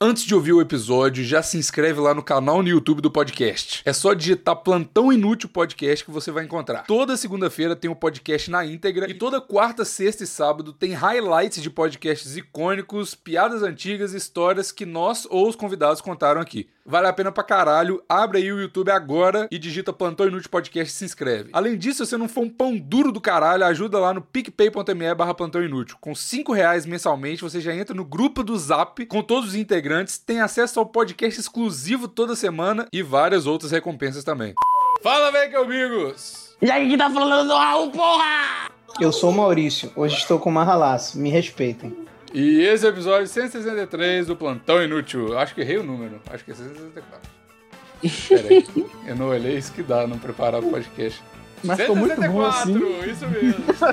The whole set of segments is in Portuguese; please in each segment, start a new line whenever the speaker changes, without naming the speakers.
Antes de ouvir o episódio, já se inscreve lá no canal no YouTube do podcast. É só digitar Plantão Inútil Podcast que você vai encontrar. Toda segunda-feira tem o podcast na íntegra e toda quarta, sexta e sábado tem highlights de podcasts icônicos, piadas antigas e histórias que nós ou os convidados contaram aqui. Vale a pena pra caralho. Abre aí o YouTube agora e digita Plantão Inútil Podcast e se inscreve. Além disso, se você não for um pão duro do caralho, ajuda lá no picpay.me barra Plantão Inútil. Com 5 reais mensalmente, você já entra no grupo do Zap com todos os integrantes tem acesso ao podcast exclusivo toda semana e várias outras recompensas também. Fala, velho, é amigos!
E aí, que tá falando do Raul, porra?
Eu sou o Maurício, hoje estou com o Marralaço, me respeitem.
E esse é o episódio 163 do Plantão Inútil. Acho que errei o número, acho que é 164. Peraí, eu não olhei isso que dá não preparar o podcast.
Mas ficou muito bom assim.
isso mesmo. 164.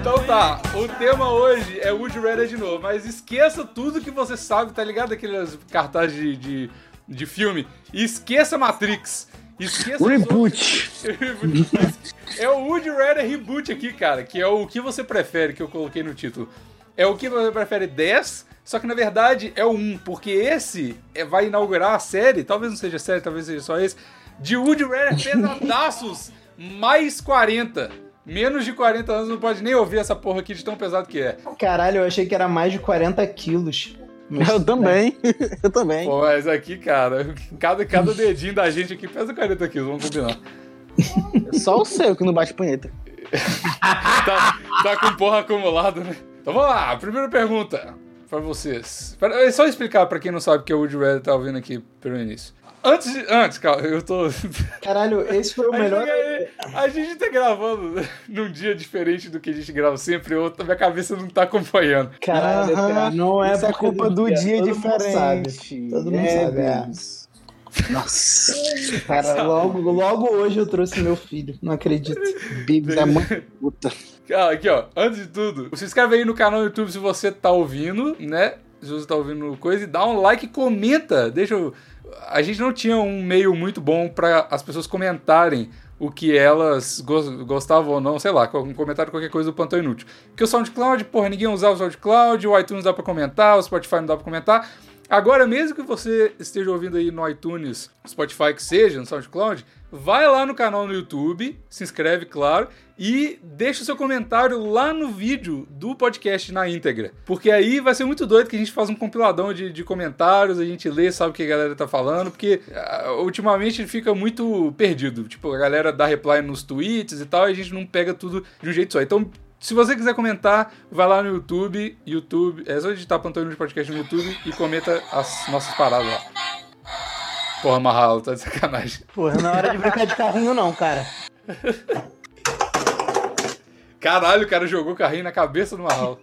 Então tá, o tema hoje é Would You Rather de novo, mas esqueça tudo que você sabe, tá ligado? Aqueles cartazes de, de, de filme. E esqueça Matrix. Esqueça
Reboot.
Os... é o Would You Rather Reboot aqui, cara, que é o que você prefere, que eu coloquei no título. É o que você prefere 10, só que na verdade é o 1, porque esse é, vai inaugurar a série, talvez não seja série, talvez seja só esse, de Would You Rather Pesadaços mais 40. Menos de 40 anos não pode nem ouvir essa porra aqui de tão pesado que é.
Caralho, eu achei que era mais de 40 quilos.
Mas... Eu também, eu também.
Pô, mas aqui, cara, cada, cada dedinho da gente aqui pesa 40 quilos, vamos combinar.
Só o seu que não bate punheta.
tá, tá com porra acumulada, né? Então vamos lá, primeira pergunta pra vocês. É só explicar pra quem não sabe que o Wood Red tá ouvindo aqui pelo início. Antes, de, antes, cara, eu tô.
Caralho, esse foi o
a
melhor. é-
Gente, a gente tá gravando num dia diferente do que a gente grava sempre, ou minha cabeça não tá acompanhando.
Caralho, cara,
não é por culpa do dia
Todo
diferente.
Mundo sabe. Todo mundo
é,
sabe.
é.
Nossa. Cara, logo, logo hoje eu trouxe meu filho. Não acredito.
Bibs é muito puta.
Cara, Ah, aqui, ó. Antes de tudo, se inscreve aí no canal do YouTube se você tá ouvindo, né? Se você tá ouvindo coisa, e dá um like e comenta. Deixa eu a gente não tinha um meio muito bom para as pessoas comentarem o que elas gostavam ou não, sei lá, um comentário qualquer coisa do Plantão Inútil. Porque o SoundCloud, porra, ninguém usava o SoundCloud, o iTunes dá para comentar, o Spotify não dá para comentar. Agora, mesmo que você esteja ouvindo aí no iTunes, Spotify que seja, no SoundCloud, vai lá no canal no YouTube, se inscreve, claro, e deixa o seu comentário lá no vídeo do podcast na íntegra. Porque aí vai ser muito doido que a gente faz um compiladão de, de comentários, a gente lê, sabe o que a galera tá falando, porque uh, ultimamente fica muito perdido. Tipo, a galera dá reply nos tweets e tal, e a gente não pega tudo de um jeito só. Então, se você quiser comentar, vai lá no YouTube, YouTube, é só digitar Pantone de Podcast no YouTube e comenta as nossas paradas lá. Porra, Marralo, tá de sacanagem.
Porra, não é hora de brincar de carrinho, não, cara.
Caralho, o cara jogou o carrinho na cabeça do Marralo.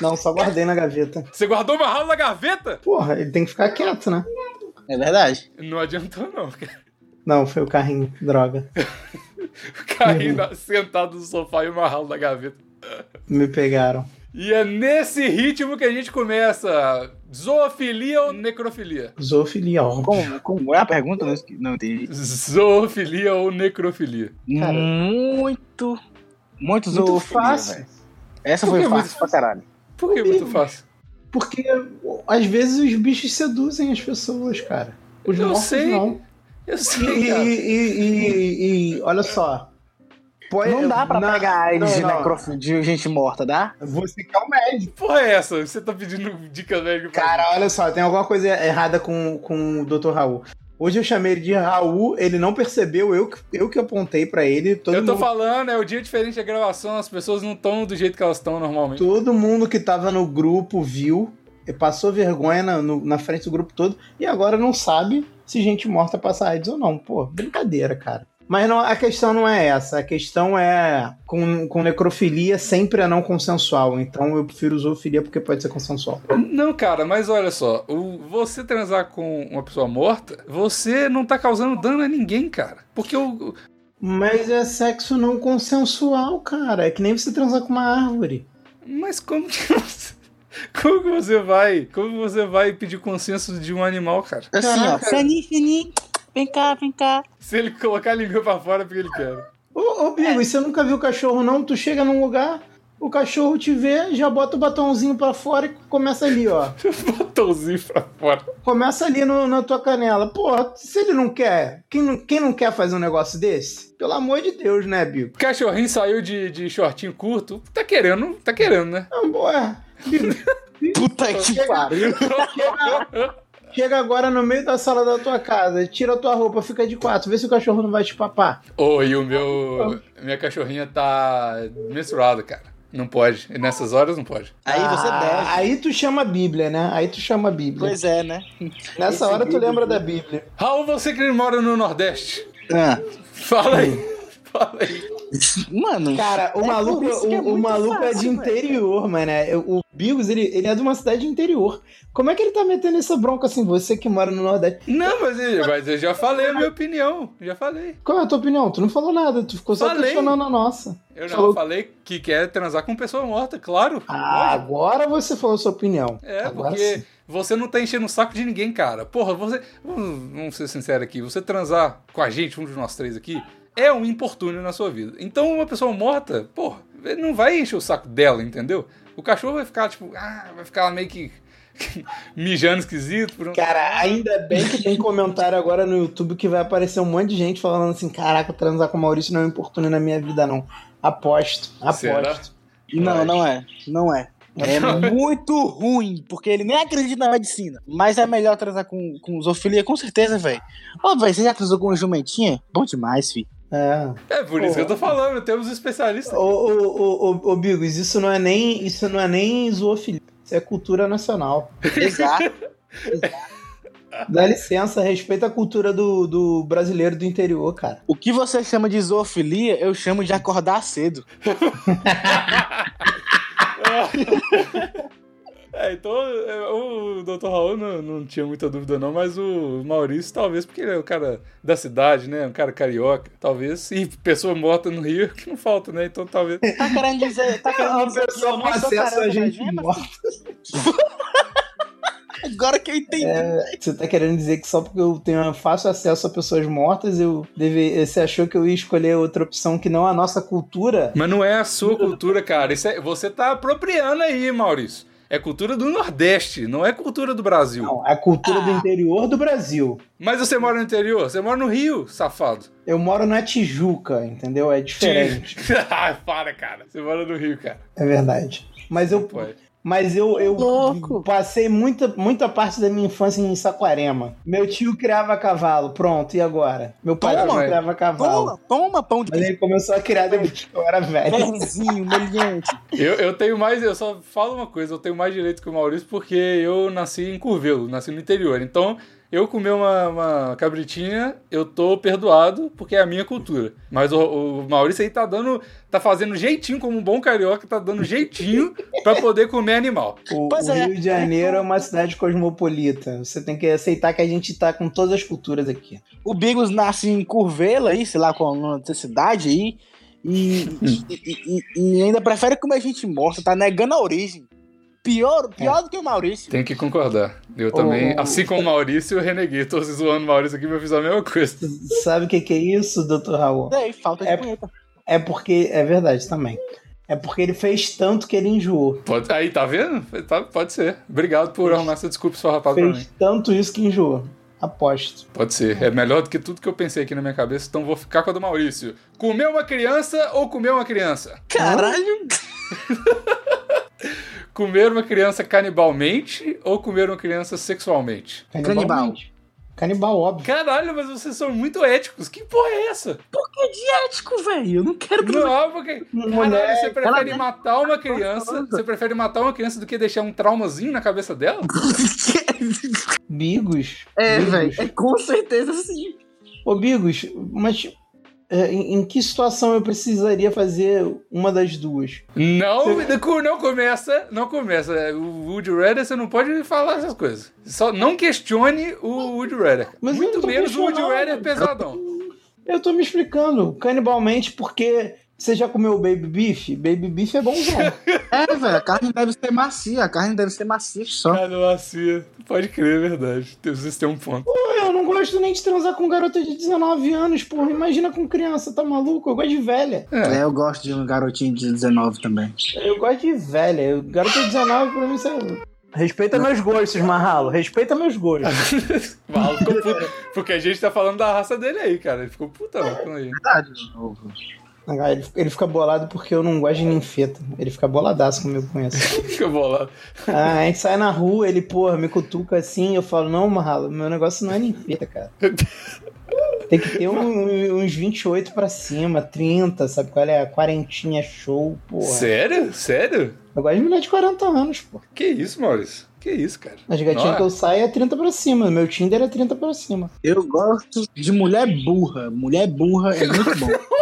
Não, só guardei na gaveta.
Você guardou o Marralo na gaveta?
Porra, ele tem que ficar quieto, né?
É verdade.
Não adiantou, não, cara.
Não, foi o carrinho, droga.
O carrinho na- sentado no sofá e o Marralo na gaveta.
Me pegaram.
E é nesse ritmo que a gente começa. Zoofilia ou necrofilia?
Zoofilia, ó.
Como, como é a pergunta? Não, esque- não entendi.
Zoofilia ou necrofilia?
Cara.
muito, muito
Muito
zoofilia,
fácil.
velho. Essa foi
Por que muito
fácil pra caralho.
Por que é muito fácil?
Porque às vezes os bichos seduzem as pessoas, cara. Os
Eu
mortos
sei.
não.
Eu
E,
sei, cara.
e- e- e- e- olha só. Pode-
Não dá pra
na-
pegar AIDS de,
não, não.
necrof- de gente morta, dá?
Você que é o médico.
Que porra é essa? Você tá pedindo dica velho pra
Cara, olha só, tem alguma coisa errada com, com o Dr. Raul. Hoje eu chamei ele de Raul, ele não percebeu, eu, que- eu que apontei pra ele. Todo,
Eu tô
mundo,
falando, é o dia diferente da gravação, as pessoas não estão do jeito que elas estão normalmente.
todo mundo que tava no grupo viu, e passou vergonha na, no- na frente do grupo todo, e agora não sabe se gente morta passa AIDS ou não. Pô, brincadeira, cara. Mas não, a questão não é essa, a questão é com, com necrofilia sempre é não consensual, então eu prefiro zoofilia porque pode ser consensual.
Não, cara, mas olha só, o- você transar com uma pessoa morta, você não tá causando dano a ninguém, cara. Porque o.
Mas é sexo não consensual, cara, é que nem você transar com uma árvore.
Mas como que você. Como que você vai. Como você vai pedir consenso de um animal, cara?
Assim, ó.
Caraca.
Feni, Feni, vem cá, vem cá.
Se ele colocar a língua pra fora é porque ele quer.
Ô, ô Bigo, e você nunca viu cachorro, não? Tu chega num lugar, o cachorro te vê, já bota o batonzinho pra fora e começa ali, ó.
um Botãozinho pra fora.
Começa ali no- na tua canela. Porra, se ele não quer, quem não, quem não quer fazer um negócio desse? Pelo amor de Deus, né, Bico?
O cachorrinho saiu de, de shortinho curto. Tá querendo, tá querendo, né?
Não, é. boa. Bico,
Puta que pariu.
chega, chega agora no meio da sala da tua casa, tira a tua roupa, fica de quatro, vê se o cachorro não vai te papar.
Ô, e o meu. Minha cachorrinha tá menstruada, cara. Não pode. E nessas horas não pode.
Aí você
Ah,
deve.
Aí tu chama a Bíblia, né? Aí tu chama a Bíblia.
Pois é, né?
Nessa
esse
hora tu
Bíblia,
lembra da Bíblia.
Raul, você que mora no Nordeste.
Ah,
Fala aí. Fala aí.
mano.
Cara, o
É
maluco,
por isso
o,
que é
o
muito
maluco é
fácil,
de
velho.
interior, mano. É, O Bigos, ele, ele é de uma cidade de interior. Como é que ele tá metendo essa bronca assim? Você que mora no Nordeste.
Não, mas, eu- mas eu já falei a minha opinião. Já falei.
Qual é a tua opinião? Tu não falou nada, tu ficou só
Falei.
questionando a nossa.
Eu não
Falou.
falei que quer transar com pessoa morta, claro.
Ah,
Lógico.
agora você falou sua opinião.
É,
agora
porque
sim.
você não tá enchendo o saco de ninguém, cara. Porra, você. Vamos, vamos ser sinceros aqui. Você transar com a gente, um de nós três aqui, é um importúnio na sua vida. Então, uma pessoa morta, porra, ele não vai encher o saco dela, entendeu? O cachorro vai ficar, tipo, ah, vai ficar meio que. mijando esquisito. Por um...
Cara, ainda bem que tem comentário agora no YouTube que vai aparecer um monte de gente falando assim: caraca, transar com o Maurício não é importuno na minha vida, não. Aposto, aposto.
Será?
Não, não é. Não é. É muito ruim, porque ele nem acredita na medicina. Mas é melhor transar com, com zoofilia, com certeza, velho. Ô, velho, você já transou com uma jumentinha? Bom demais, fi.
É.
É por isso que eu tô falando, temos um especialista.
Ô, ô, ô, ô, ô, Bigos, isso não é nem, isso não é nem zoofilia. Isso é cultura nacional.
Exato.
Dá licença, respeita a cultura do, do brasileiro do interior, cara.
O que você chama de zoofilia, eu chamo de acordar cedo.
É, então é, o Dr. Raul não, não tinha muita dúvida, não, mas o Maurício, talvez, porque ele é um cara da cidade, né? Um cara carioca, talvez. E pessoa morta no Rio que não falta, né? Então talvez.
Tá querendo dizer. Tá querendo dizer que eu não sou caramba, né? Mas
morta.
Agora que eu entendi.
Você tá querendo dizer que só porque eu tenho um fácil acesso a pessoas mortas, eu deve... você achou que eu ia escolher outra opção que não a nossa cultura?
Mas não é a sua cultura, cara. Isso é- você tá apropriando aí, Maurício. É cultura do Nordeste, não é cultura do Brasil.
Não, a
Ah.
cultura do interior do Brasil.
Mas você mora no interior, você mora no Rio, safado.
Eu moro na Tijuca, entendeu? É diferente.
Ah, Para, cara. Você mora no Rio, cara.
É verdade. Mas eu,
Pô, é.
Mas eu, eu
Louco.
passei muita, muita parte da minha infância em Saquarema. Meu tio criava cavalo, pronto, e agora? Meu pai
Toma,
também
velho.
criava cavalo.
Toma, toma pão de
Mas ele começou a criar depois que eu era velho.
verzinho, meliante.
Eu, eu tenho mais, eu só falo uma coisa, eu tenho mais direito que o Maurício porque eu nasci em Curvelo, nasci no interior. Então, eu comer uma, uma cabritinha, eu tô perdoado porque é a minha cultura. Mas o, o Maurício aí tá dando, tá fazendo jeitinho como um bom carioca, tá dando jeitinho pra poder comer animal.
O,
Pois
o
é.
Rio de Janeiro é uma cidade cosmopolita. Você tem que aceitar que a gente tá com todas as culturas aqui.
O Bigos nasce em Curvelo aí, sei lá qual é o nome dessa cidade aí. E, e- e- e ainda prefere comer gente morta, tá negando a origem. Pior, pior do que o Maurício.
Tem que concordar. Eu
também,
também,
Ô.
assim
assim
como o Maurício, eu reneguei. Tô zoando o Maurício aqui, mas fiz a mesma coisa.
Sabe o que, que é isso, Dr. Raul?
Daí, falta de
É-
punheta.
É porque. É verdade também. É porque ele fez tanto que ele enjoou.
aí, tá vendo? pode ser. Obrigado por arrumar essa desculpa só rapaz pra mim.
Fez tanto isso que enjoou. Aposto.
Pode ser. É melhor do que tudo que eu pensei aqui na minha cabeça, então vou ficar com a do Maurício. Comer uma criança ou comer uma criança?
Caralho!
Comer uma criança canibalmente ou comer uma criança sexualmente?
Canibal.
mente. Canibal, óbvio.
Caralho, mas vocês são muito éticos. Que porra é essa?
Ético, velho. Eu não quero
Não, porque. Caralho, você prefere
ela-
matar uma criança. Você prefere matar uma criança do que deixar um traumazinho na cabeça dela?
Bigos. Bigos.
É com certeza sim.
Ô, Bigos, mas é, em, em que situação eu precisaria fazer uma das duas?
Não, não começa, não começa. O Woody Redder, você não pode falar essas coisas. Só não questione o Woody Redder.
Mas eu não
Muito
tô
menos o Woody
questionando.
Redder pesadão.
Eu tô me explicando. Canibalmente, porque você já comeu baby beef? Baby beef é bonzão.
É, velho, a carne deve ser
Ah,
macia. A carne deve ser macia só.
assim, Canoacia. Pode crer, é verdade. é Vocês têm um ponto.
eu não não gosto nem de transar com garota de 19 anos, porra. Imagina com criança, tá maluco? Eu gosto de velha.
É, eu gosto de um garotinho de 19 também.
Eu gosto de velha. Eu- Garota de 19, pra mim, é um- você. Respeita meus gostos, Marralo. Respeita meus gostos.
Mal, ficou puto. Porque a gente tá falando da raça dele aí, cara. Ele ficou puta, mano. calma aí.
Verdade, de novo.
Ah, Ele, ele fica bolado porque eu não gosto de ninfeta. Ele fica boladaço comigo com isso.
Fica bolado.
Ah, a gente sai na rua, ele, porra, me cutuca assim. Eu falo, não, Marralo, meu negócio não é ninfeta, cara. Tem que ter um- uns 28 pra cima, 30, sabe qual é? Quarentinha show, porra.
Sério? Sério?
Eu gosto de mulher de 40 anos, pô.
Que isso, Maurício? Que isso, cara?
As gatinhas
Nossa.
que eu saio é 30 pra cima. Meu Tinder é 30 pra cima.
Eu gosto de mulher burra. Mulher burra é muito bom.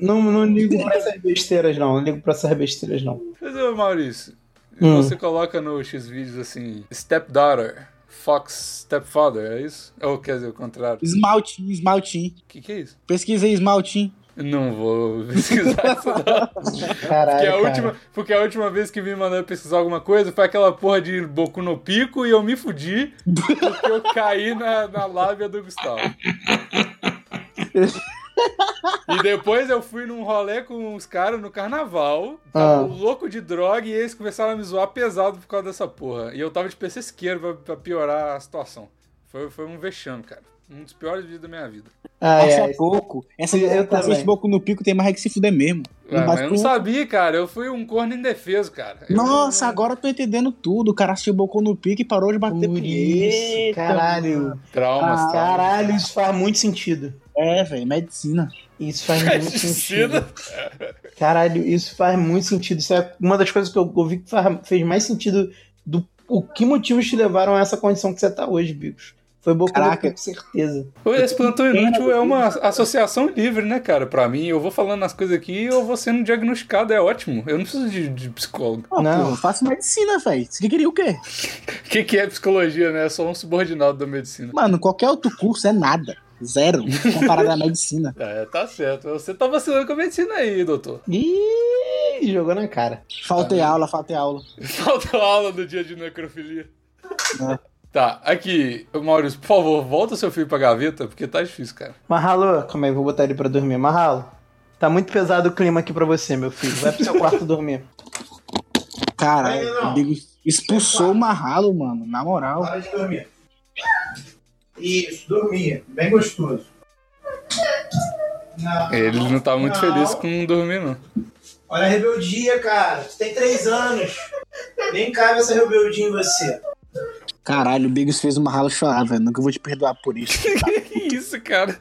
Não, não ligo pra essas besteiras, não. Não ligo pra essas besteiras, não.
Mas, ô, Maurício,
Hum.
você coloca no X-Vídeos assim, stepdaughter, fox stepfather, é isso? Ou quer dizer, o contrário.
Esmaltinho, esmaltinho.
Que que é isso?
Pesquisei esmaltinho.
Não vou pesquisar isso não.
Caralho.
Porque a,
cara.
última, porque a última vez que me mandaram pesquisar alguma coisa foi aquela porra de Boku no Pico e eu me fudi porque eu caí na, na lábia do Gustavo. E depois eu fui num rolê com uns caras no carnaval, tava um
Ah.
louco de droga e eles começaram a me zoar pesado por causa dessa porra. E eu tava de PC isqueiro pra, pra piorar a situação. Foi, foi um vexame, cara. Um dos piores dias da minha vida.
Ah,
Acha
é.
pouco. Essa
Eu
mulher que
também.
assiste Boku no Pico tem mais é que se fuder mesmo. Não
Ah, mas
bate
eu
com-
não sabia, cara. Eu fui um corno indefeso, cara. Eu-
Nossa, agora eu tô entendendo tudo. O cara assistiu Boku no Pico e parou de bater
Por
punheta.
isso, caralho.
Traumas,
Ah,
traumas.
Caralho, isso faz muito sentido.
É, velho, medicina.
Isso faz muito sentido.
Pesticida.
Caralho, isso faz muito sentido. Isso é uma das coisas que eu ouvi que faz- fez mais sentido do o que motivos te levaram a essa condição que você tá hoje, Bicos. Foi boca
Caraca.
com certeza.
Esse plantão inútil é uma associação livre, né, cara? Pra mim, eu vou falando as coisas aqui e eu vou sendo diagnosticado, é ótimo. Eu não preciso de, de psicólogo.
Ah,
Não.
Não, eu faço medicina, velho. Você queria o quê?
O que, que é psicologia, né? É só um subordinado da medicina.
Mano, qualquer outro curso é nada. Zero. Comparado à medicina.
É, tá certo. Você tá vacilando com a medicina aí, doutor.
Ih, jogou na cara.
Faltei aula, faltei aula.
Falta aula no dia de necrofilia. Tá, aqui, Maurício, por favor, volta seu filho pra gaveta, porque tá difícil, cara.
Marralo, calma aí, vou botar ele pra dormir. Marralo, tá muito pesado o clima aqui pra você, meu filho. Vai pro seu quarto dormir.
Caralho,
Ainda não.
o Bigo expulsou o Marralo, mano. Na moral.
de dormir. Isso, dormia. Bem gostoso.
Ele não tá muito
Não.
feliz com dormir, não.
Olha a rebeldia, cara. Você tem três anos. Nem cabe essa rebeldia em você.
Caralho, o Bigos fez o Marralo chorar, velho. Nunca vou te perdoar por isso.
Que isso, cara?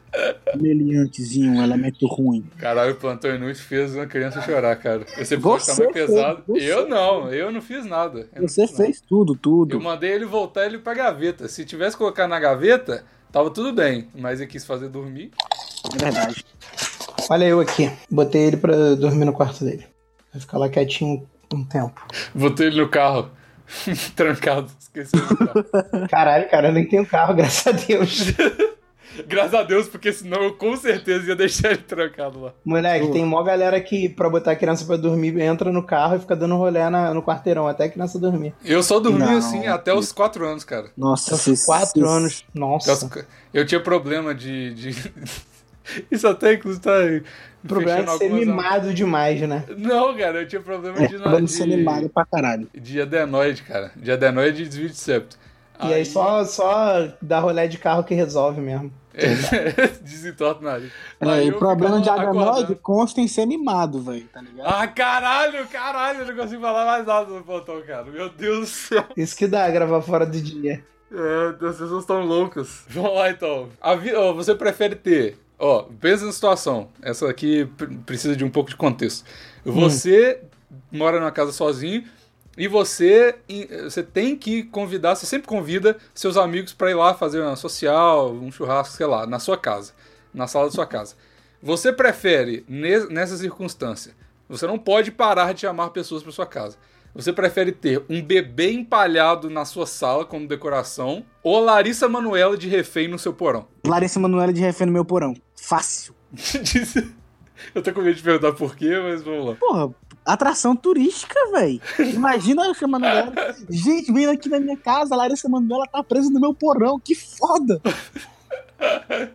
Meliantezinho, um elemento ruim.
Caralho, o plantão inútil fez uma criança chorar, cara. Esse
Você
episódio tá mais
fez,
pesado.
você
eu não, eu não fiz nada.
É
Eu não
Você
fiz nada.
fez tudo,
Eu
tudo.
mandei ele voltar ele pra gaveta. Se tivesse colocado na gaveta, tava tudo bem. Mas ele quis fazer dormir.
É verdade.
Olha eu aqui. Botei ele pra dormir no quarto dele. Vai ficar lá quietinho um tempo.
Botei ele no carro. Trancado, esqueci do carro.
Caralho, cara, eu nem tenho carro, graças a Deus.
Graças a Deus, porque senão eu com certeza ia deixar ele trancado lá.
Moleque,
Boa.
tem mó galera que, pra botar a criança pra dormir, entra no carro e fica dando rolê na- no quarteirão até a criança dormir.
Eu só dormi
Não.
assim até os 4 anos, cara.
Nossa,
São
vocês-
quatro
vocês-
anos.
Até os
Nossa.
qu- Eu tinha problema de. de- Isso até inclusive tá.
O problema é
fechando
de ser
algumas-
mimado demais, né?
Não, cara, eu tinha problema
É,
de,
vamos ser animado
de,
pra caralho.
de adenoide, cara. De adenoide e desvio de septo.
E aí só, só dar rolé de carro que resolve mesmo.
Desentorta o nariz. Aí
É,
eu né?
o problema de
ficava
adenoide
acordando.
consta em ser mimado, velho, tá ligado?
Ah, caralho, caralho, eu não consigo falar mais nada no plantão, cara. Meu Deus do céu.
Isso que dá gravar fora do dia.
É, as pessoas estão loucas. Vamos lá então. A vi- ó, você prefere ter. Ó, pensa na situação. Essa aqui pre- precisa de um pouco de contexto. Você mora numa casa sozinho e você, e- você tem que convidar, você sempre convida seus amigos pra ir lá fazer uma social, um churrasco, sei lá, na sua casa, na sala da sua casa. Você prefere, ne- nessa circunstância, você não pode parar de chamar pessoas pra sua casa. Você prefere ter um bebê empalhado na sua sala como decoração ou Larissa Manuela de refém no seu porão?
Larissa Manoela de refém no meu porão. Fácil.
Diz- Eu tô com medo de perguntar por quê, mas vamos lá.
Porra, atração turística, velho. Imagina eu chamando ela. Gente, vem aqui na minha casa, a Larissa Manoela tá presa no meu porão, que foda!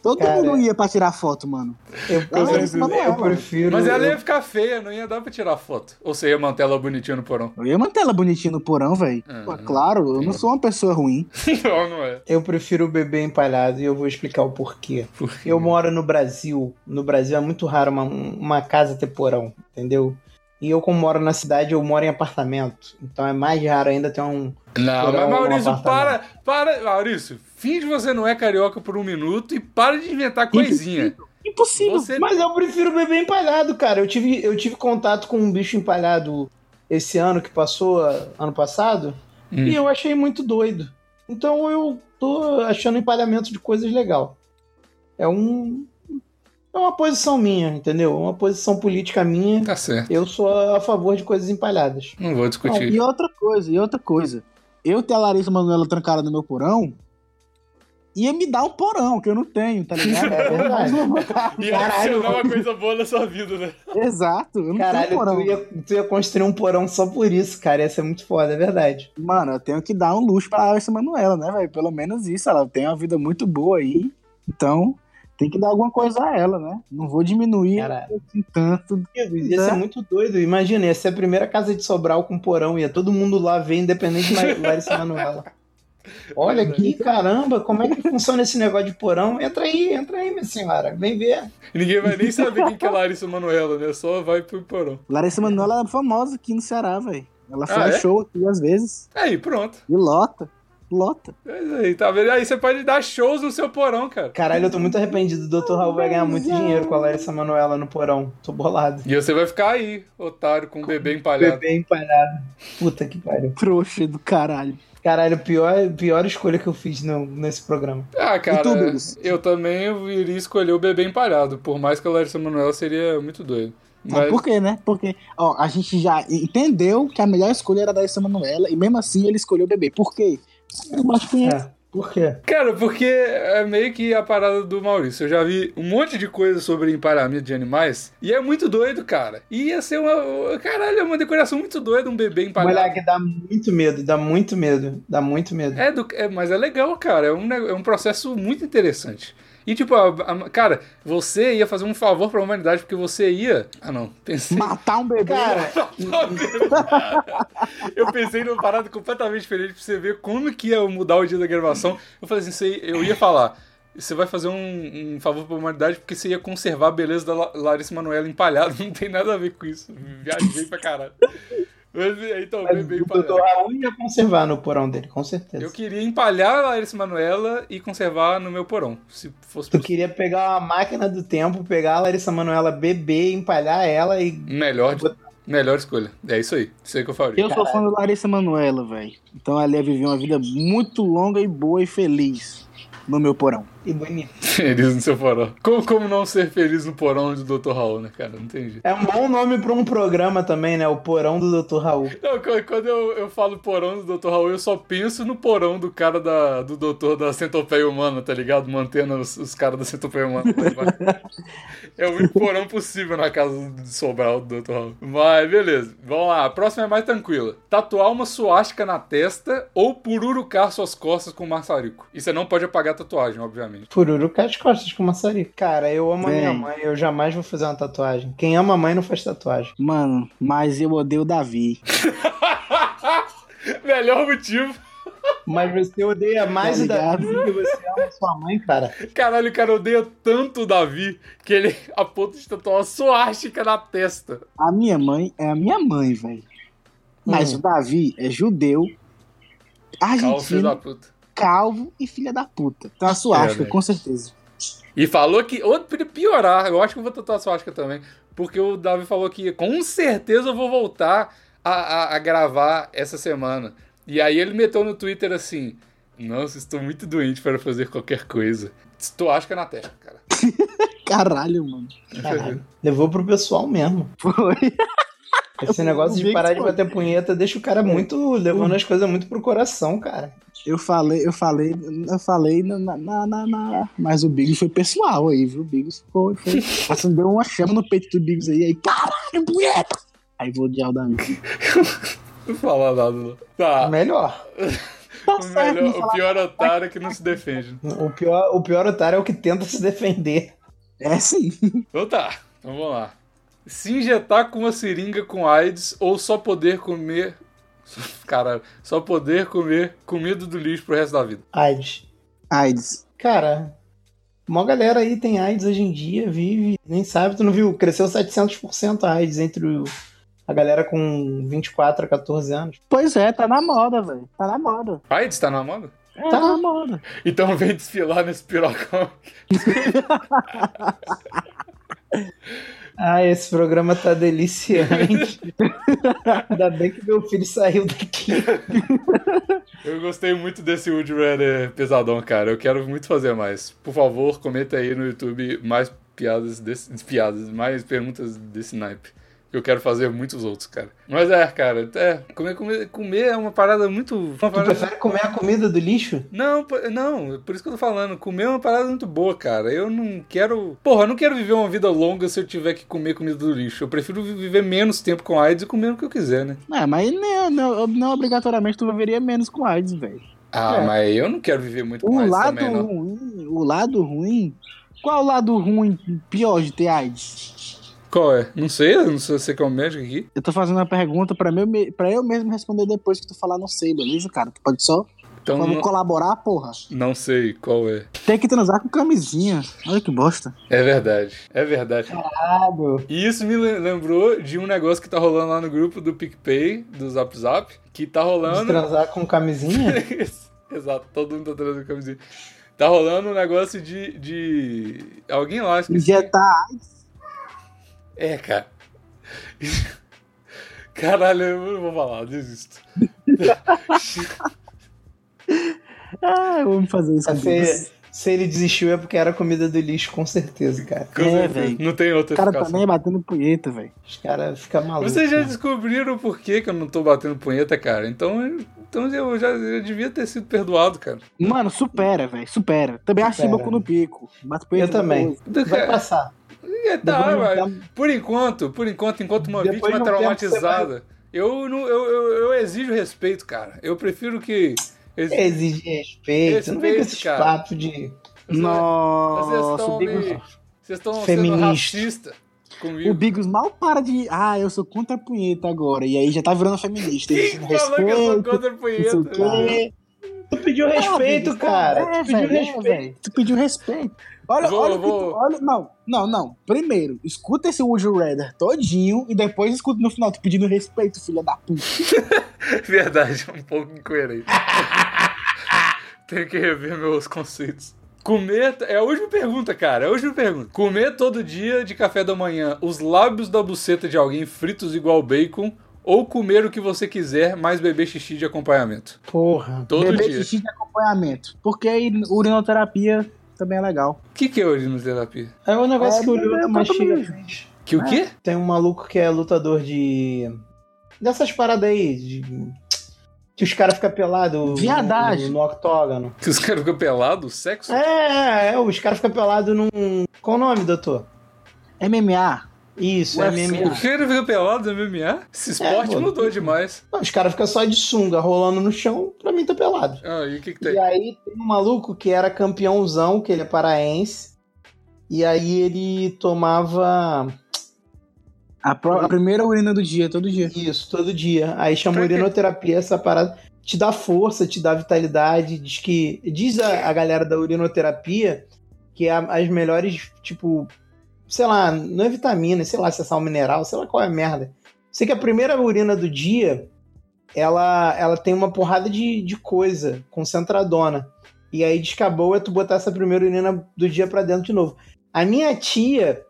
Todo
Cara,
mundo
é.
ia pra tirar foto, mano.
Eu,
Ah,
eu-
isso não é,
eu
mano.
prefiro.
Mas ela ia ficar feia, não ia dar pra tirar foto. Ou você ia manter ela bonitinha no porão?
Eu ia manter ela bonitinha no porão, velho.
Uhum.
Pô, Claro, eu não sou uma pessoa ruim.
não, não é.
Eu prefiro o bebê empalhado e eu vou explicar o porquê. Eu moro no Brasil. No Brasil é muito raro uma, uma casa ter porão, entendeu? E eu, como moro na cidade, eu moro em apartamento. Então é mais raro ainda ter um.
Não,
Tirar
mas
um
Maurício, para,
apartamento.
para. Maurício, finge você não é carioca por um minuto e para de inventar coisinha.
Impossível.
Você
Mas eu prefiro o bebê empalhado, cara. Eu tive, eu tive contato com um bicho empalhado esse ano que passou, ano passado,
Hum.
e eu achei muito doido. Então eu tô achando empalhamento de coisas legal. É um. É uma posição minha, entendeu? É uma posição política minha.
Tá certo.
Eu sou a favor de coisas empalhadas.
Não vou
Não,
discutir.
e outra coisa, e outra coisa. Eu ter a Larissa Manoela trancada no meu porão ia me dar um porão, que eu não tenho, tá ligado?
É verdade.
E
Caralho.
adicionar uma coisa boa na sua vida, né?
Exato, eu não
Caralho,
tenho Então, porão.
tu ia, tu ia construir um porão só por isso, cara. Ia ser muito foda, é verdade.
Mano, eu tenho que dar um luxo pra Larissa Manoela, né, velho? Pelo menos isso, ela tem uma vida muito boa aí. Então, tem que dar alguma coisa a ela, né? Não vou diminuir
Caralho.
assim tanto.
Ia
Né?
ser muito doido. Imagina, ia ser a primeira casa de Sobral com porão. Ia todo mundo lá ver, independente de Mar- Larissa Manoela. Olha aqui, caramba, como é que funciona esse negócio de porão? Entra aí, entra aí, minha senhora. Vem ver.
Ninguém vai nem saber quem que é Larissa Manoela, né? Só vai pro porão.
um-
Larissa Manoela é famosa aqui no Ceará, velho.
Ah,
Ela faz
é?
show aqui às vezes
Aí, pronto.
e lota. Lota.
Mas aí, tá vendo? Aí você pode dar shows no seu porão, cara.
Caralho, eu tô muito arrependido. O Dr. Raul vai ganhar muito dinheiro com a Larissa Manoela no porão. Tô bolado.
E você vai ficar aí, otário, com um bebê empalhado.
Bebê empalhado. Puta que pariu.
Trouxa do caralho.
Caralho, pior, pior escolha que eu fiz no- nesse programa.
Ah, cara,
tu, Bruce?
eu também iria escolher o bebê empalhado, por mais que a Larissa Manoela seria muito doida. Mas,
Por quê, né? Porque, ó, a gente já entendeu que a melhor escolha era a Larissa Manoela e mesmo assim ele escolheu o bebê. Por quê? Eu acho que
É. Por quê?
cara, porque é meio que a parada do Maurício. Eu já vi um monte de coisa sobre empalhamento de animais e é muito doido, cara. E ia ser uma. Caralho, é uma decoração muito doida, um bebê empalhado.
Moleque, dá muito medo, dá muito medo, dá muito medo.
É, do- é, mas é legal, cara. É um, nego- é um processo muito interessante. E, tipo, a- a- cara, você ia fazer um favor pra humanidade porque você ia. Ah, não. Pensei.
matar um bebê.
Cara,
eu pensei numa parada completamente diferente pra você ver como que ia mudar o dia da gravação. Eu falei assim: você- eu ia falar. Você vai fazer um, um favor pra humanidade porque você ia conservar a beleza da La- Larissa Manoela empalhada. Não tem nada a ver com isso. Viajei pra caralho. Mas, então,
mas
bem, bem
o doutor Raul ia conservar no porão dele, com certeza.
Eu queria empalhar a Larissa Manoela e conservar no meu porão, se fosse
Tu
possível.
queria pegar a máquina do tempo, pegar a Larissa Manoela bebê, empalhar ela e.
Melhor, melhor escolha. É isso aí. Isso aí que eu faria.
Eu sou fã da Larissa Manoela, velho. Então ela ia viver uma vida muito longa e boa e feliz no meu porão.
e bonito.
Feliz no seu porão. Como, como não ser feliz no porão de Dr. Raul, né, cara? Não entendi.
É um bom nome pra um programa também, né? O porão do doutor Raul.
Não, qu- quando eu, eu falo porão do Dr. Raul, eu só penso no porão do cara da, do doutor da centopeia humana, tá ligado? Mantendo os, os caras da centopeia humana. lá embaixo. é o único porão possível na casa de Sobral do Dr. Raul. Mas beleza, vamos lá. A próxima é mais tranquila. Tatuar uma suástica na testa ou pururucar suas costas com maçarico. E você não pode apagar a tatuagem, obviamente.
Pururuca as costas com maçarico. Cara, eu amo a minha
Bem.
mãe, eu jamais vou fazer uma tatuagem. Quem ama a mãe não faz tatuagem.
Mano, mas eu odeio o Davi. tá
Melhor motivo.
Mas você odeia mais
Tá
o Davi
ligado?
que você ama sua mãe, cara.
Caralho, o cara odeia tanto o Davi que ele a ponto de tatuar uma suástica na testa.
A minha mãe é a minha mãe, velho. Mas
Hum.
o Davi é judeu,
Calma, filho
argentino,
da puta.
calvo e filha da puta. Então a suástica,
velho.
com certeza.
E falou que. Ou pra piorar, eu acho que eu vou tatuar a suástica também. Porque o Davi falou que com certeza eu vou voltar a, a- a gravar essa semana. E aí ele meteu no Twitter assim: Nossa, estou muito doente para fazer qualquer coisa. Suástica é na testa, cara.
Caralho, mano.
Caralho. Levou pro pessoal mesmo.
Foi.
Esse negócio de
Big
parar de
Spoiler.
bater punheta deixa o cara muito. levando as coisas muito pro coração, cara.
Eu falei, eu falei, eu falei na, na, na, na- na- Mas o Bigos foi pessoal aí, viu? O Bigos foi, foi. Acendeu uma chama no peito do Bigos aí, aí, caralho, punheta! Aí vou odiar o Danilo.
Não fala nada, não. Tá.
Melhor.
Tá
O,
certo, não
melhor, o
falar.
pior otário é que não se defende.
O pior, o pior otário é o que tenta se defender.
É sim.
Então tá, então vamos lá. Se injetar com uma seringa com AIDS ou só poder comer. Caralho, só poder comer comida do lixo pro resto da vida.
AIDS.
AIDS.
Cara, mó galera aí tem AIDS hoje em dia, vive, nem sabe, tu não viu? Cresceu 700% a AIDS entre o- a galera com 24 a 14 anos.
Pois é, tá na moda, velho. Tá na moda.
AIDS tá na moda?
É,
Tá.
tá na moda.
Então vem desfilar nesse pirocão.
Ah, esse programa tá deliciante. Ainda bem que meu filho saiu daqui.
Eu gostei muito desse Wood Rider pesadão, cara. Eu quero muito fazer mais. Por favor, comenta aí no YouTube mais piadas desse, piadas, mais perguntas desse naipe. Eu quero fazer muitos outros, cara. Mas é, cara, é, comer, comer, comer é uma parada muito. uma
Tu
parada-
prefere comer a comida do lixo?
Não, po- não, por isso que eu tô falando. Comer é uma parada muito boa, cara. Eu não quero. Porra, eu não quero viver uma vida longa se eu tiver que comer comida do lixo. Eu prefiro vi- viver menos tempo com AIDS e comendo o que eu quiser, né?
É, mas não, não, não obrigatoriamente tu viveria menos com AIDS, velho.
Ah,
É.
mas eu não quero viver muito com
O
AIDS
Um lado
também, não.
ruim, o lado ruim. Qual o lado ruim pior de ter AIDS?
Qual é? Não sei, eu não sei você que é um médico aqui.
Eu tô fazendo uma pergunta pra, meu, me- pra eu mesmo responder depois que tu falar, não sei, beleza, cara? Tu pode só
Então
vamos
não,
colaborar, porra.
não sei qual é.
Tem que transar com camisinha. Olha que bosta.
É verdade, é verdade.
Caralho.
E isso me le- lembrou de um negócio que tá rolando lá no grupo do PicPay, do Zap Zap, que tá
De
rolando.
transar com camisinha?
Isso, Exato, todo mundo tá trazendo camisinha. Tá rolando um negócio de. de... Alguém lá, acho que.
Injetar.
É, cara. Caralho, eu não vou falar, eu desisto.
Ah, eu vou fazer isso.
Ah,
com Deus.
se, se ele desistiu é porque era comida do lixo, com certeza, cara.
Com certeza,
É, velho.
Não tem outra
O cara
explicação.
também batendo punheta, velho.
Os caras ficam malucos.
Vocês já
né?
descobriram por que, que eu não tô batendo punheta, cara. Então, eu- então eu já, eu devia ter sido perdoado, cara.
Mano, supera, velho. Supera. Também acho
Supera.
Chibaku no pico. Bato punheta
Eu também.
depois.
Vai passar.
É, tá,
Depois
mas
de um
por enquanto, por enquanto, enquanto uma
Depois
vítima
de um tempo
traumatizada, eu, não, eu, eu, eu exijo respeito, cara. Eu prefiro que. ex-
Exige respeito. não vem com
Respeito,
esses
cara.
papos de.
Vocês
Nossa,
estão
o Bigos,
me... Vocês estão sendo
Feminista.
racista
o
comigo.
Bigos mal para de. Ah, eu sou contra a punheta agora. E aí já tá virando feminista.
Quem
exigindo
falou que eu sou
respeito,
contra a punheta? né?
não sei o quê.
Tu pediu respeito,
Bigos,
cara.
É,
tu pediu
velho, é,
respeito.
velho. Tu pediu respeito. Olha,
Vou-
olha, o que
vou-
tu- olha. Não, não, não. Primeiro, escuta esse Would You Rather todinho e depois escuta no final. Tu pedindo respeito, filha da puta.
Verdade, é um pouco incoerente. Tenho que rever meus conceitos. Comer. É a última pergunta, cara. É a última pergunta. Comer todo dia de café da manhã os lábios da buceta de alguém fritos igual bacon ou comer o que você quiser, mas beber xixi de acompanhamento?
Porra.
Todo
Beber
dia.
xixi de acompanhamento. Porque aí urinoterapia também é legal.
O que, que é urinoterapia?
É um negócio
É,
que o
é,
Lula
é,
Mastiga
também.
fez.
Ah.
Que o quê?
Tem um maluco que é lutador de. Dessas paradas aí. de- Que os caras ficam pelados
Viadagem.
no, no octógono.
Que os caras ficam pelados? Sexo?
É, é, é, os caras ficam pelados num. Qual o nome, doutor?
MMA.
Isso,
é
é
UFC.
MMA.
Os caras ficam pelados no MMA?
É,
Esse esporte
pô.
mudou demais.
Não, os caras ficam só de sunga, rolando no chão, pra mim tá pelado.
Ah, e o que, que
E
tem?
aí tem um maluco que era campeãozão, que ele é paraense. E aí ele tomava
A, pro- a primeira urina do dia, todo dia.
isso todo dia. Aí chama
Pra quê?
urinoterapia, essa parada. Te dá força, te dá vitalidade. Diz que. Diz a, a galera da urinoterapia que é a- as melhores, tipo, sei lá, não é vitamina, sei lá, se é sal mineral, sei lá qual é a merda. Sei que a primeira urina do dia, ela, ela tem uma porrada de, de coisa, concentradona. E aí diz que a boa é tu botar essa primeira urina do dia pra dentro de novo. A minha tia,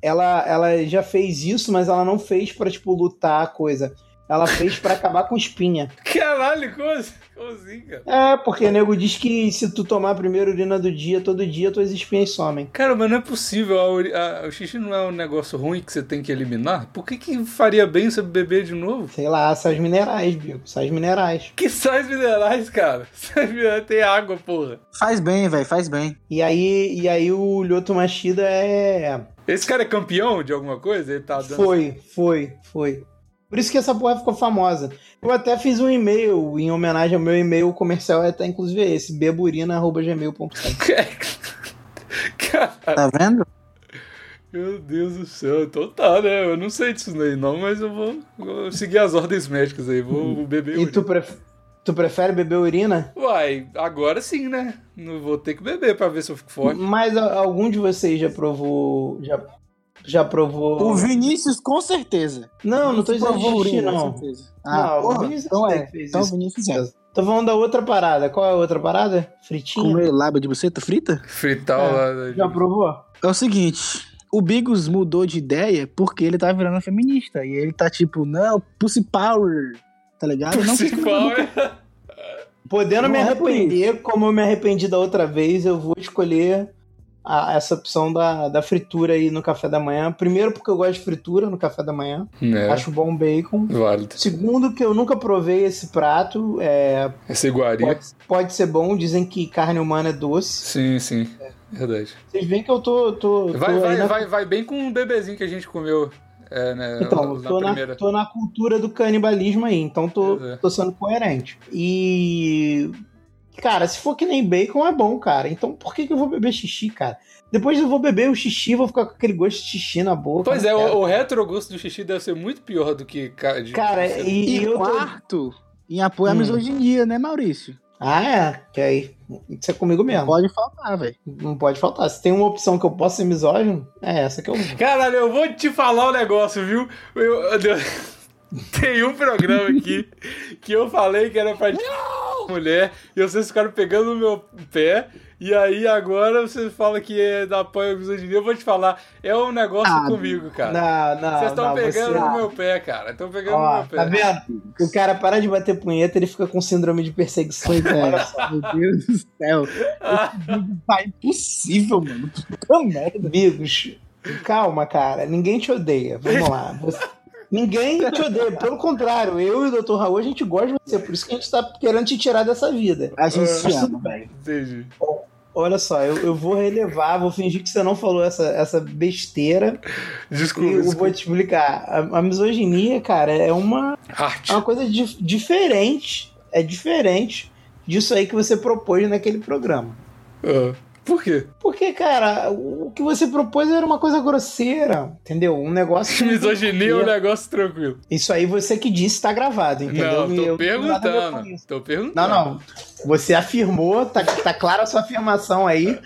ela, ela já fez isso, mas ela não fez pra, tipo, lutar a coisa. Ela fez pra acabar com espinha.
Caralho, como assim, como assim, cara?
É, porque nego diz que se tu tomar a primeira urina do dia, todo dia, tuas espinhas somem.
Cara, mas não é possível. a uri- a- o xixi não é um negócio ruim que você tem que eliminar? Por que, que faria bem você beber de novo?
Sei lá, sais minerais, Bico. Sais minerais.
Que sais minerais, cara? Sais minerais tem água, porra.
Faz bem, velho, faz bem.
E aí, e aí o Lyoto Machida é.
Esse cara é campeão de alguma coisa? Ele tá dando.
Foi, foi, foi. Por isso que essa porra ficou famosa. Eu até fiz um e-mail em homenagem ao meu e-mail comercial, até inclusive é esse, beburina.gmail.com.
cara,
Tá vendo?
meu Deus do céu. Então tá, né? Eu não sei disso aí não, mas eu vou, vou seguir as ordens médicas aí. Vou beber
Hum. E
urina.
tu, pref- tu prefere beber urina?
Uai, agora sim, né? Não vou ter que beber pra ver se eu fico forte.
Mas a- algum de vocês já provou. Já, já provou.
O Vinícius, com certeza.
Não, não tô dizendo
Provou
é, xixi,
urina,
não.
com certeza. Ah,
Não, o
porra,
Vinícius
então
tem
é.
que fez
Então o
isso.
Vinícius é.
Tô falando da outra parada. Qual é a outra parada? Fritinha?
Comer lábio de buceta frita?
Fritar
É,
lá. né?
Já provou?
É o seguinte, o Bigos mudou de ideia porque ele tá virando feminista. E ele tá tipo, não, pussy power, tá ligado? Não
Pussy
fica com a boca
power.
Podendo
Não
me
é por
arrepender, como eu me arrependi da outra vez, eu vou escolher a- essa opção da, da fritura aí no café da manhã. Primeiro, porque eu gosto de fritura no café da manhã.
Né?
Acho bom bacon.
Válido.
Segundo, que eu nunca provei esse prato. É,
Essa iguaria.
pode, pode ser bom. Dizem que carne humana é doce.
Sim, sim. Verdade.
Vocês veem que É. eu tô. tô, tô
Vai,
aí
vai,
na-
vai, vai bem com o bebezinho que a gente comeu é, né,
Então,
na
tô, na,
primeira.
tô na cultura do canibalismo aí, então tô,
Pois é.
tô sendo coerente. E. Cara, se for que nem bacon é bom, cara. Então por que, que eu vou beber xixi, cara? Depois eu vou beber o xixi, vou ficar com aquele gosto de xixi na boca. né,
Pois
não
é,
quero.
o, o retrogosto do xixi deve ser muito pior do que. ca- de-
Cara,
de-
e,
E,
eu tô.
quarto, em apoio à
Hum.
misoginia, né, Maurício?
Ah, é? Que aí. Isso é comigo mesmo.
Pode faltar, velho.
Não pode faltar. Se tem uma opção que eu possa ser misógino, é essa que eu vou.
Caralho, eu vou te falar um negócio, viu? Eu, eu- tem um programa aqui que eu falei que era pra mulher e vocês ficaram pegando no meu pé. E aí agora você fala que é da apoio à misoginia. Eu vou te falar, é um negócio
Ah,
comigo, cara.
Não, não.
Vocês
não,
estão pegando
você- é
no meu pé, cara. Estão pegando no
Ó,
meu pé.
tá vendo? O cara para de bater punheta, ele fica com síndrome de perseguição.
Pois é. Meu Deus do céu. Tá impossível, mano. Puta merda.
Amigos, calma, cara. Ninguém te odeia. Vamos lá. Você- Ninguém te odeia. Pelo contrário, eu e o Dr. Raul, a gente gosta de você. Por isso que a gente tá querendo te tirar dessa vida.
A gente
Ah.
se
Mas
ama.
tudo bem.
Entendi.
Olha só, eu, eu vou relevar, vou fingir que você não falou essa, essa besteira. E
Desculpa,
eu
desculpa.
vou te explicar. A, a misoginia, cara, é uma,
Arte.
é uma coisa dif- diferente. É diferente disso aí que você propôs naquele programa.
Ah, por quê?
Porque, cara, o que você propôs era uma coisa grosseira, entendeu? Um negócio. que não tem
Misoginia é um
porquê.
negócio tranquilo.
Isso aí você que disse tá gravado, entendeu?
Não,
E
tô
eu tenho nada a ver com
perguntando.
isso.
Tô perguntando.
Não, não. Você afirmou, tá, tá clara a sua afirmação aí.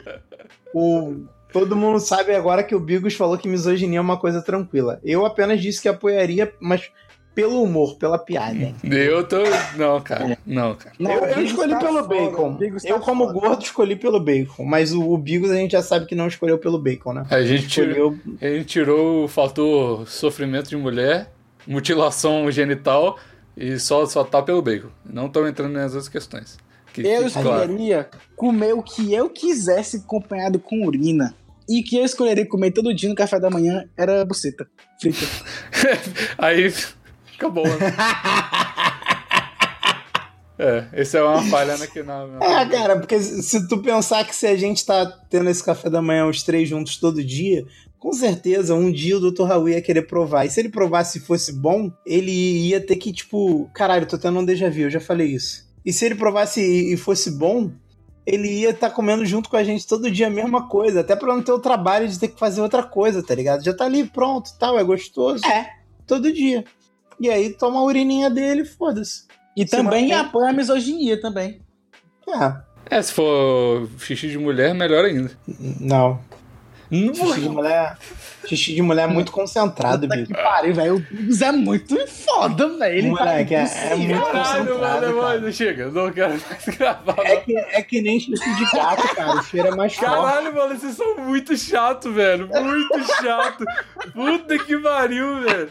O, todo mundo sabe agora que o Bigos falou que misoginia é uma coisa tranquila. Eu apenas disse que apoiaria, mas pelo humor, pela piada.
Eu tô. Não, cara. Não, cara.
Hum. Não,
eu,
o
eu
Bigos
escolhi
tá
pelo
fora, o
bacon.
Bigos tá
eu, como
fora.
gordo, escolhi pelo bacon. Mas o, o Bigos a gente já sabe que não escolheu pelo bacon, né?
A gente, tirou,
Escolheu
a gente tirou o fator sofrimento de mulher, mutilação genital e só, só tá pelo bacon. Não estão entrando nessas questões. Que
Eu
fique claro.
escolheria comer o que eu quisesse acompanhado com urina. E que eu escolheria comer todo dia no café da manhã era buceta frita.
Aí fica bom, né? É, essa é uma falha né, que na, na-
É, cara, porque se se tu pensar que se a gente tá tendo esse café da manhã os três juntos todo dia, com certeza um dia o Dr. Raul ia querer provar. E se ele provasse e fosse bom, ele ia ter que, tipo, caralho, tô tendo um déjà vu, eu já falei isso. E se ele provasse e e fosse bom, ele ia estar comendo junto com a gente todo dia a mesma coisa, até pra não ter o trabalho de ter que fazer outra coisa, tá ligado? Já tá ali pronto, tal, é gostoso.
É.
Todo dia. E aí toma a urininha dele, foda-se.
E
Se
também
mantém.
apoia a misoginia também.
Ah,
É, se for xixi de mulher, melhor ainda.
não.
Não,
Xixi de mulher. Xixi de mulher é muito concentrado,
Puta que
Bico.
pariu, velho. O Bigos é muito foda, velho. Ele tá
Moleque, é- é
impossível.
muito
Caralho,
concentrado,
mano,
cara.
mano, chega, não quero mais gravar.
É
não.
que, é que nem xixi de gato, cara. O cheiro é mais forte.
Caralho, mano, vocês são muito chato, velho. Muito chato. Puta que pariu, velho.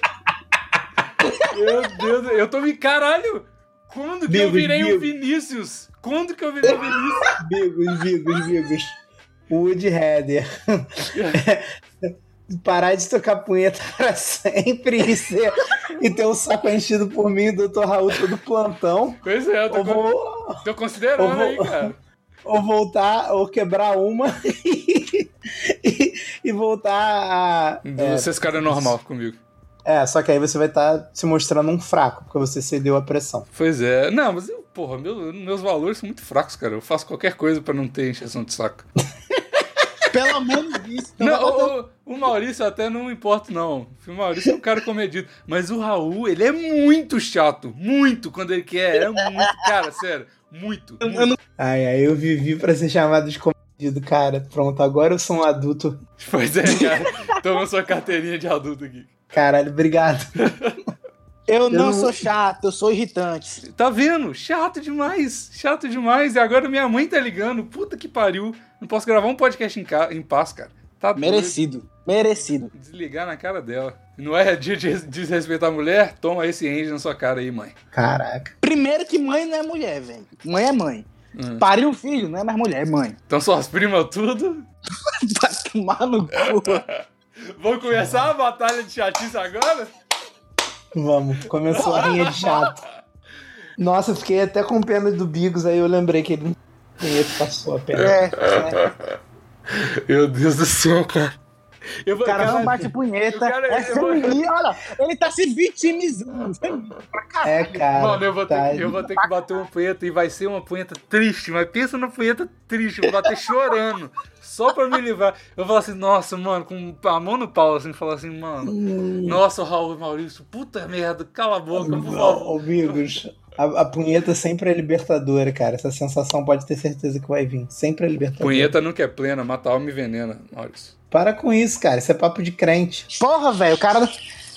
Meu Deus, do- eu tô me. Caralho! Quando que eu
Digo,
virei o
digo.
Vinícius? Quando que eu virei o Vinícius?
Bigos, bigos, bigos. Wood Header. Parar de tocar punheta pra sempre e, ser- e ter o saco enchido por mim e o Dr. Raul todo plantão.
Pois é, eu tô,
Ou,
con-
vou-
tô considerando
eu vou-
aí, cara.
ou voltar, ou quebrar uma e, e- e voltar a.
Vocês ficaram normal comigo.
É, só que aí você vai estar se mostrando um fraco, porque você cedeu à pressão.
Pois é. Não, mas, eu, porra, meu- meus valores são muito fracos, cara. Eu faço qualquer coisa pra não ter encheção de saco.
Pelo menos isso. Então vai bater-
Não, o, o Maurício até não importa, não. O Maurício é um cara comedido. Mas o Raul, ele é muito chato. Muito quando ele quer. É muito. Cara, sério. Muito. muito.
Ai, ai, eu vivi pra ser chamado de comedido, cara. Pronto, agora eu sou um adulto.
Pois é, cara. Toma sua carteirinha de adulto aqui.
Caralho, obrigado.
Eu não
Eu-
sou chato, eu sou irritante.
Tá vendo? Chato demais. Chato demais. E agora minha mãe tá ligando. Puta que pariu. Não posso gravar um podcast em, ca... em paz, cara. Tá doido.
Merecido. Merecido.
Desligar na cara dela. Não é dia de desrespeitar a mulher? Toma esse Angie na sua cara aí, mãe.
Caraca.
Primeiro que mãe não é mulher, velho. Mãe é mãe.
Hum.
Pariu um filho, não é mais mulher, é mãe.
Então suas primas tudo.
Vai tomar no cu.
Vamos começar a batalha de chatice agora?
Vamos, começou a linha de chato. Nossa, eu fiquei até com pena do Bigos, aí eu lembrei que ele punheta passou a pena.
É, é.
Meu Deus do céu, cara. Eu vou,
O cara não
cara,
bate punheta.
O cara-
é
eu-
feminino. Olha, ele tá se vitimizando.
É, cara.
mano, eu vou,
tá.
ter, eu vou ter que bater uma punheta e vai ser uma punheta triste, mas pensa na punheta triste, eu vou bater chorando, só pra me livrar. Eu vou falar assim, nossa, mano, com a mão no pau, assim, falar assim, mano,
Hum.
nossa, Raul e Maurício, puta merda, cala a boca, por favor.
Ô, Bigos, a, a punheta sempre é libertadora, cara. Essa sensação pode ter certeza que vai vir. Sempre é libertadora.
Punheta nunca é plena, mata a alma e venena, Maurício.
Para com isso, cara. Isso é papo de crente.
Porra, velho, o cara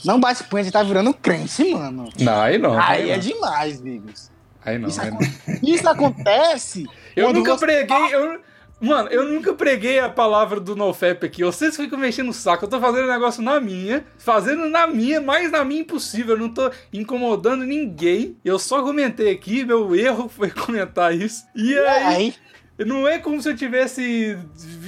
não bate punheta, ele tá virando um crente, mano.
Não, aí não.
Aí
não.
é demais, Bigos.
Aí não,
Isso,
aí não.
acon- isso acontece.
Eu
quando
nunca
você-
preguei. Eu, mano, eu nunca preguei a palavra do NoFap aqui. Vocês ficam mexendo o saco. Eu tô fazendo um negócio na minha, fazendo na minha, mais na minha impossível. Eu não tô incomodando ninguém. Eu só comentei aqui, meu erro foi comentar isso. E aí,
Aí,
não é como se eu tivesse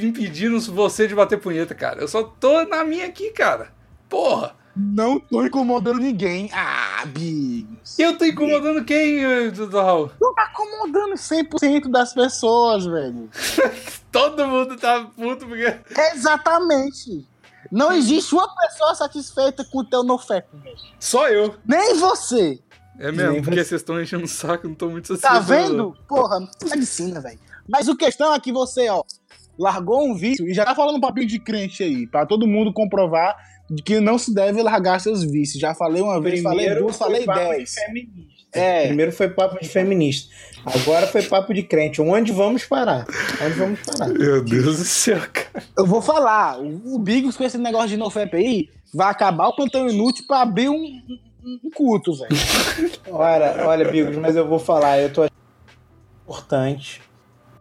impedindo você de bater punheta, cara. Eu só tô na minha aqui, cara. Porra!
não tô incomodando ninguém. Ah, Bigos.
Eu tô incomodando quem, eh, Dudu Raul?
Tu tá incomodando 100% das pessoas, velho.
Todo mundo tá puto porque.
Exatamente. Não existe uma pessoa satisfeita com o teu nofep, velho.
Só eu.
Nem você.
É mesmo,
Nem
porque
você.
vocês estão enchendo o saco, não tô muito
Tá
satisfeito.
vendo? Porra, não precisa de sina, velho. Mas o questão é que você, ó, largou um vício e já tá falando um papinho de crente aí, pra todo mundo comprovar de que não se deve largar seus vícios. Já falei uma vez, falei duas,
foi
falei
papo de
dez.
feminista.
É.
Primeiro foi papo de feminista. Agora foi papo de crente. Onde vamos parar? Onde vamos parar?
Meu Deus do céu, cara.
Eu vou falar, o o Bigos com esse negócio de nofep aí vai acabar o plantão inútil pra abrir um, um- um culto, velho.
Olha, olha, Bigos, mas eu vou falar, eu tô achando importante,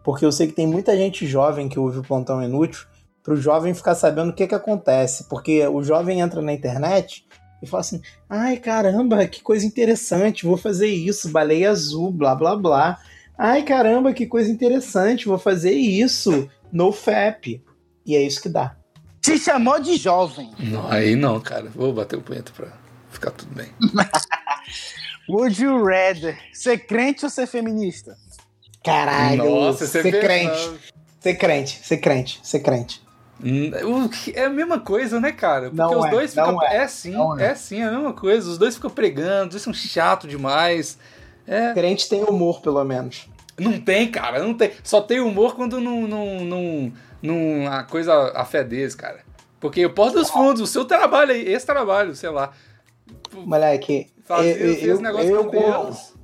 porque eu sei que tem muita gente jovem que ouve o plantão inútil, pro jovem ficar sabendo o que que acontece, porque o jovem entra na internet e fala assim: "Ai, caramba, que coisa interessante, vou fazer isso, baleia azul, blá blá blá. Ai, caramba, que coisa interessante, vou fazer isso, no FAP". E é isso que dá.
Te chamou de jovem.
Não, aí não, cara. Vou bater o punheta pra ficar tudo bem.
Would you rather ser crente ou ser feminista?
Caralho,
Nossa, você
ser
vê- né?
crente, ser crente, ser crente, ser crente.
Hum, o que- É a mesma coisa, né, cara? Porque
Não
os
é,
dois
não
ficam. É, sim,
não
é.
é.
sim, é a mesma coisa. Os dois ficam pregando, os dois são chato demais. É.
Crente tem humor, pelo menos.
Não tem, cara, não tem. Só tem humor quando não. não, não, não a coisa a fé deles, cara. Porque Porta dos Fundos, o seu trabalho aí, esse trabalho, sei lá.
Moleque,
Fazer
eu,
os
eu,
negócios
eu,
assim com
eu,
Deus.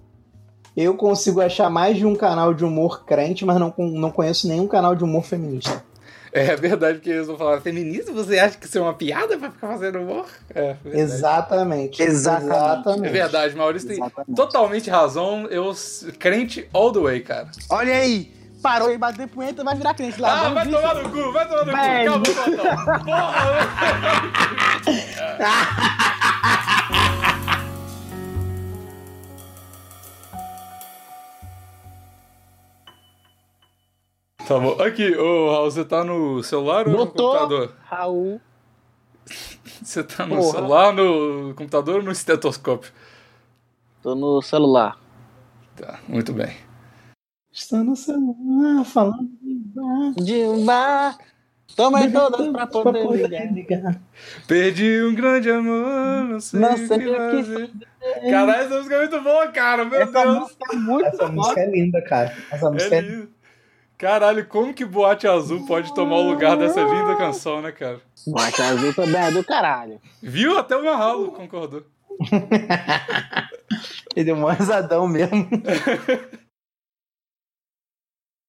eu consigo achar mais de um canal de humor crente, mas não, con- não conheço nenhum canal de humor feminista.
É verdade, porque eles vão falar, feminista, você acha que isso é uma piada pra ficar fazendo humor? É, verdade.
Exatamente.
Exatamente.
É
Exatamente.
verdade, Maurício tem
Exatamente.
totalmente razão. Eu s- crente all the way, cara.
Olha aí, parou de bater punheta, vai virar crente lá.
ah, vai tomar no cu, vai tomar no
Vai.
cu. Calma, Platão. Porra, Tá bom. Aqui, ô Raul, você tá no celular ou no
Botou.
computador?
Raul.
Você tá no
Porra.
celular, no computador ou no estetoscópio?
Tô no celular.
Tá, muito bem.
Está no celular falando de bar.
De um bar. Toma todas pra poder ligar.
ligar.
Perdi um grande amor, não sei
Não
o
sei
que
o que
fazer. Caralho, essa música é muito boa, cara, meu
Essa
Deus.
música é muito
Essa música é linda, cara. Essa música
É
é
lindo. Caralho, como que Boate Azul pode tomar o lugar dessa linda canção, né, cara?
Boate Azul também é do caralho.
Viu? Até o meu ralo concordou.
Ele é um risadão mesmo.